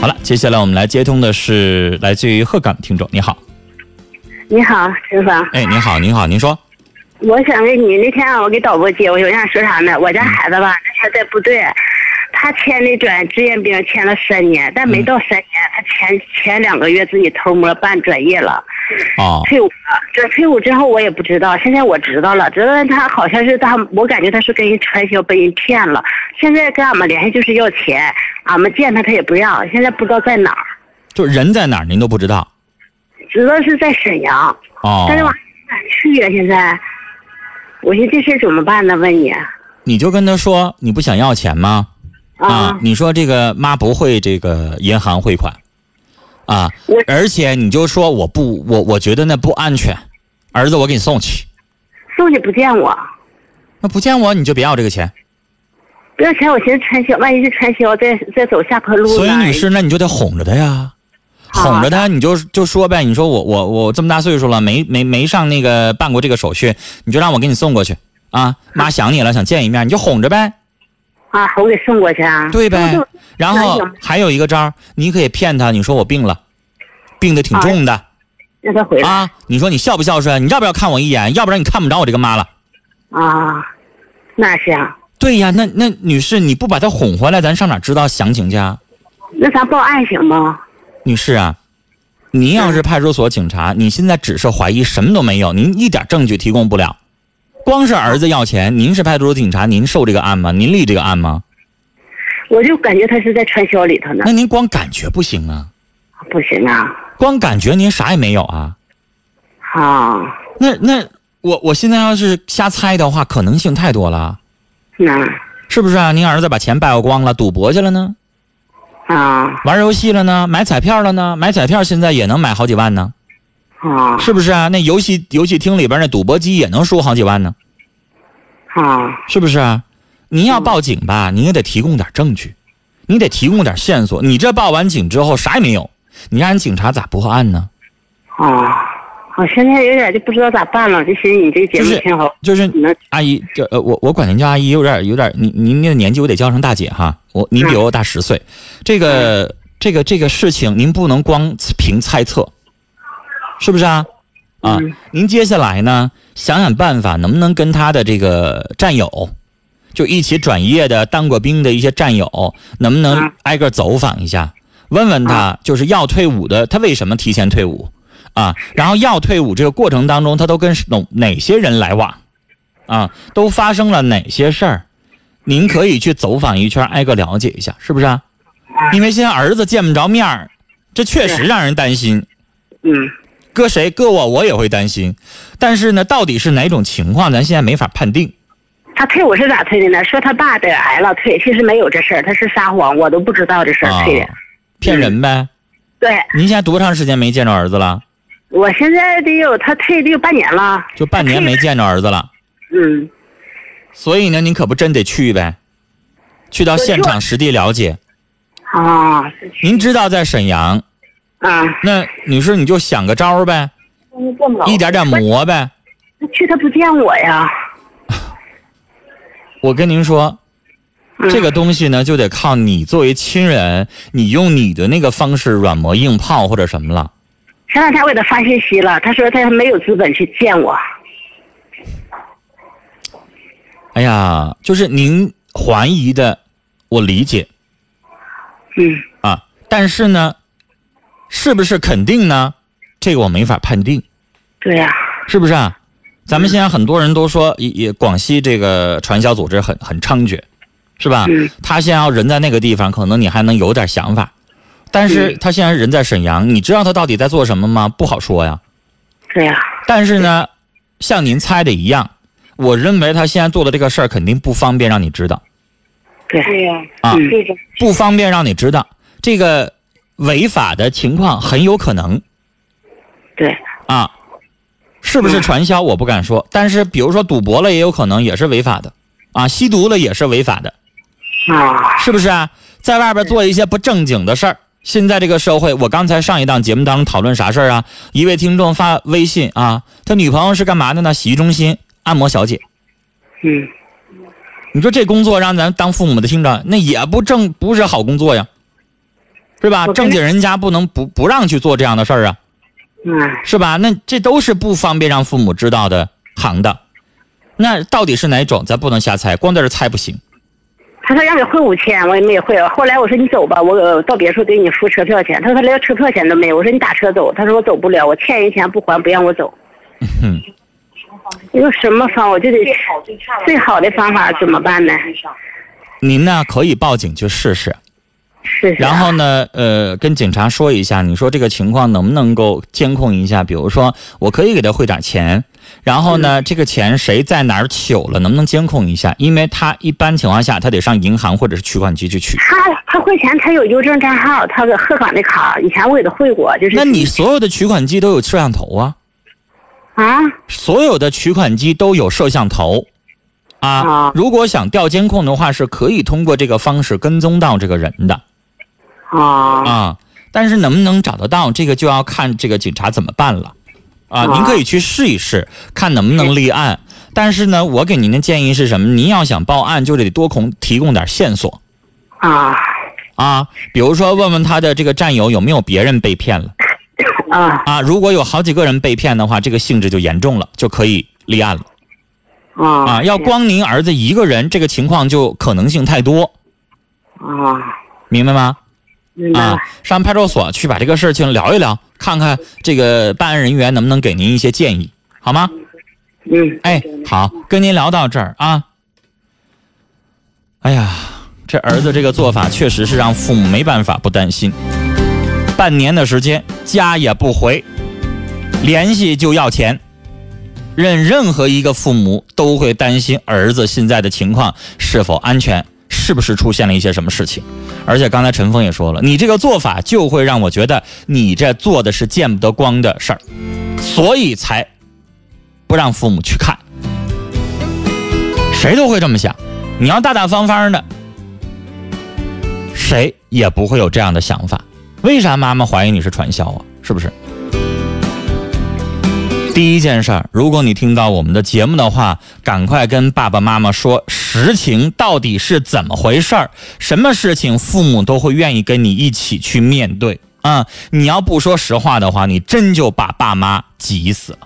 好了，接下来我们来接通的是来自于鹤岗的听众，你好，你好，师傅，哎，您好，您好，您说，我想问你，那天我给导播接，我有想说啥呢？我家孩子吧，那天在部队，他签的转志愿兵签了三年，但没到三年，他前前两个月自己偷摸办转业了，哦，退伍了。这退伍之后我也不知道，现在我知道了，知道他好像是他，我感觉他是跟人传销被人骗了，现在跟俺们联系就是要钱，俺们见他他也不让，现在不知道在哪儿，就人在哪儿您都不知道，知道是在沈阳。哦但，是我哪去呀？现在，我寻思这事儿怎么办呢？问你啊，你就跟他说你不想要钱吗？啊，你说这个妈不会这个银行汇款，啊我，而且你就说我不，我我觉得那不安全，儿子我给你送去，送去不见我，那不见我你就别要这个钱，不要钱，我寻思传销，万一是传销，再再走下坡路呢。所以女士，那你就得哄着他呀，啊哄着他，你就就说呗，你说我我我这么大岁数了，没没没上那个办过这个手续，你就让我给你送过去啊，妈想你了，想见一面，你就哄着呗，啊，我给送过去啊。对呗那就。然后那行还有一个招儿，你可以骗他，你说我病了，病得哎挺重的让他回来啊，你说你孝不孝顺，啊你要不要看我一眼，要不然你看不着我这个妈了。啊，那啊行，对呀，那那女士，你不把她哄回来，咱上哪知道详情去啊？那咱报案行吗？女士啊，您要是派出所警察，你现在只是怀疑，什么都没有，您一点证据提供不了。光是儿子要钱，您是派出所警察，您受这个案吗？您立这个案吗？我就感觉他是在传销里头呢那，您光感觉不行啊，不行啊，光感觉您啥也没有啊。啊，那那我我现在要是瞎猜的话，可能性太多了，啊那是不是啊？您儿子把钱败光了，赌博去了呢，啊玩游戏了呢，买彩票了呢，买彩票现在也能买好几万呢，啊是不是啊？那游戏游戏厅里边那赌博机也能输好几万呢。啊，是不是啊？您要报警吧，你也得提供点证据，你得提供点线索。你这报完警之后啥也没有，你让人警察咋破案呢？啊，我现在有点就不知道咋办了，就寻思你这节就目是挺好，就是那阿姨，这呃，我我管您叫阿姨有点有点，您您那年纪我得叫声大姐哈，我您比我大十岁，这个这个这个事情您不能光凭猜测，是不是啊？啊嗯，您接下来呢，想想办法，能不能跟他的这个战友，就一起转业的当过兵的一些战友，能不能嗯挨个走访一下，问问他，就是要退伍的，他为什么提前退伍啊？然后要退伍这个过程当中，他都跟哪哪些人来往啊？都发生了哪些事儿？您可以去走访一圈，挨个了解一下，是不是啊？因为现在儿子见不着面儿，这确实是让人担心。嗯。搁谁搁我，我也会担心。但是呢，到底是哪种情况，咱现在没法判定。他退伍是咋退的呢？说他爸得癌了退，其实没有这事儿，他是撒谎，我都不知道这事儿退的。啊骗人呗！对，您现在多长时间没见着儿子了？我现在得有他退得有半年了。就半年没见着儿子了。嗯，所以呢，您可不真得去呗，去到现场实地了解。啊，您知道在沈阳，啊，那女士你就想个招儿呗，一点点磨呗。他去他不见我呀。我跟您说，嗯、这个东西呢，就得靠你作为亲人，你用你的那个方式软磨硬泡或者什么了。前两天我给他发信息了，他说他没有资本去见我。哎呀，就是您怀疑的，我理解嗯，啊，但是呢，是不是肯定呢？这个我没法判定，对呀、是不是啊？咱们现在很多人都说，也也广西这个传销组织很很猖獗，是吧？嗯他现在要人在那个地方，可能你还能有点想法，但是嗯他现在人在沈阳，你知道他到底在做什么吗？不好说呀。对呀、但是呢，像您猜的一样，我认为他现在做的这个事儿肯定不方便让你知道。对。对呀、啊嗯这种不方便让你知道这个违法的情况很有可能对，啊，是不是嗯传销我不敢说，但是比如说赌博了也有可能也是违法的啊，吸毒了也是违法的，啊，是不是啊？在外边做一些不正经的事儿。现在这个社会，我刚才上一档节目当中讨论啥事儿啊？一位听众发微信啊，他女朋友是干嘛的呢？洗浴中心按摩小姐。嗯，你说这工作让咱当父母的听着，那也不正不是好工作呀，是吧？我跟正经人家不能不不让去做这样的事儿啊，嗯，是吧？那这都是不方便让父母知道的行当。那到底是哪种，咱不能瞎猜，光在这猜不行。他说让你汇五千，我也没汇。后来我说你走吧，我呃到别处给你付车票钱。他说他连车票钱都没有。我说你打车走，他说我走不了，我欠人钱不还，不让我走。哼，用什么方我就得最好最差最好的方法怎么办呢？您呢可以报警去试试，试试 啊。然后呢，呃，跟警察说一下，你说这个情况能不能够监控一下？比如说，我可以给他汇点钱，然后呢，这个钱谁在哪儿取了，能不能监控一下？因为他一般情况下，他得上银行或者是取款机去取。他他汇钱，他有邮政账号，他有鹤岗的卡，以前我给他汇过，就是那你所有的取款机都有摄像头啊，啊，所有的取款机都有摄像头，啊啊，如果想调监控的话，是可以通过这个方式跟踪到这个人的哦，啊。但是能不能找得到，这个就要看这个警察怎么办了，啊，啊您可以去试一试，看能不能立案。但是呢，我给您的建议是什么？您要想报案，就得多供提供点线索啊啊，比如说问问他的这个战友有没有别人被骗了。啊啊，如果有好几个人被骗的话，这个性质就严重了，就可以立案了啊啊。要光您儿子一个人，这个情况就可能性太多，啊，明白吗？明白了啊，上派出所去把这个事情聊一聊，看看这个办案人员能不能给您一些建议，好吗？嗯，哎，好，跟您聊到这儿啊。哎呀，这儿子这个做法确实是让父母没办法不担心。半年的时间，家也不回，联系就要钱，任任何一个父母都会担心儿子现在的情况是否安全，是不是出现了一些什么事情。而且刚才陈峰也说了，你这个做法就会让我觉得你这做的是见不得光的事儿，所以才不让父母去看。谁都会这么想，你要大大方方的，谁也不会有这样的想法。为啥妈妈怀疑你是传销啊？是不是？第一件事儿，如果你听到我们的节目的话，赶快跟爸爸妈妈说实情到底是怎么回事儿，什么事情父母都会愿意跟你一起去面对啊、你要不说实话的话，你真就把爸妈急死了。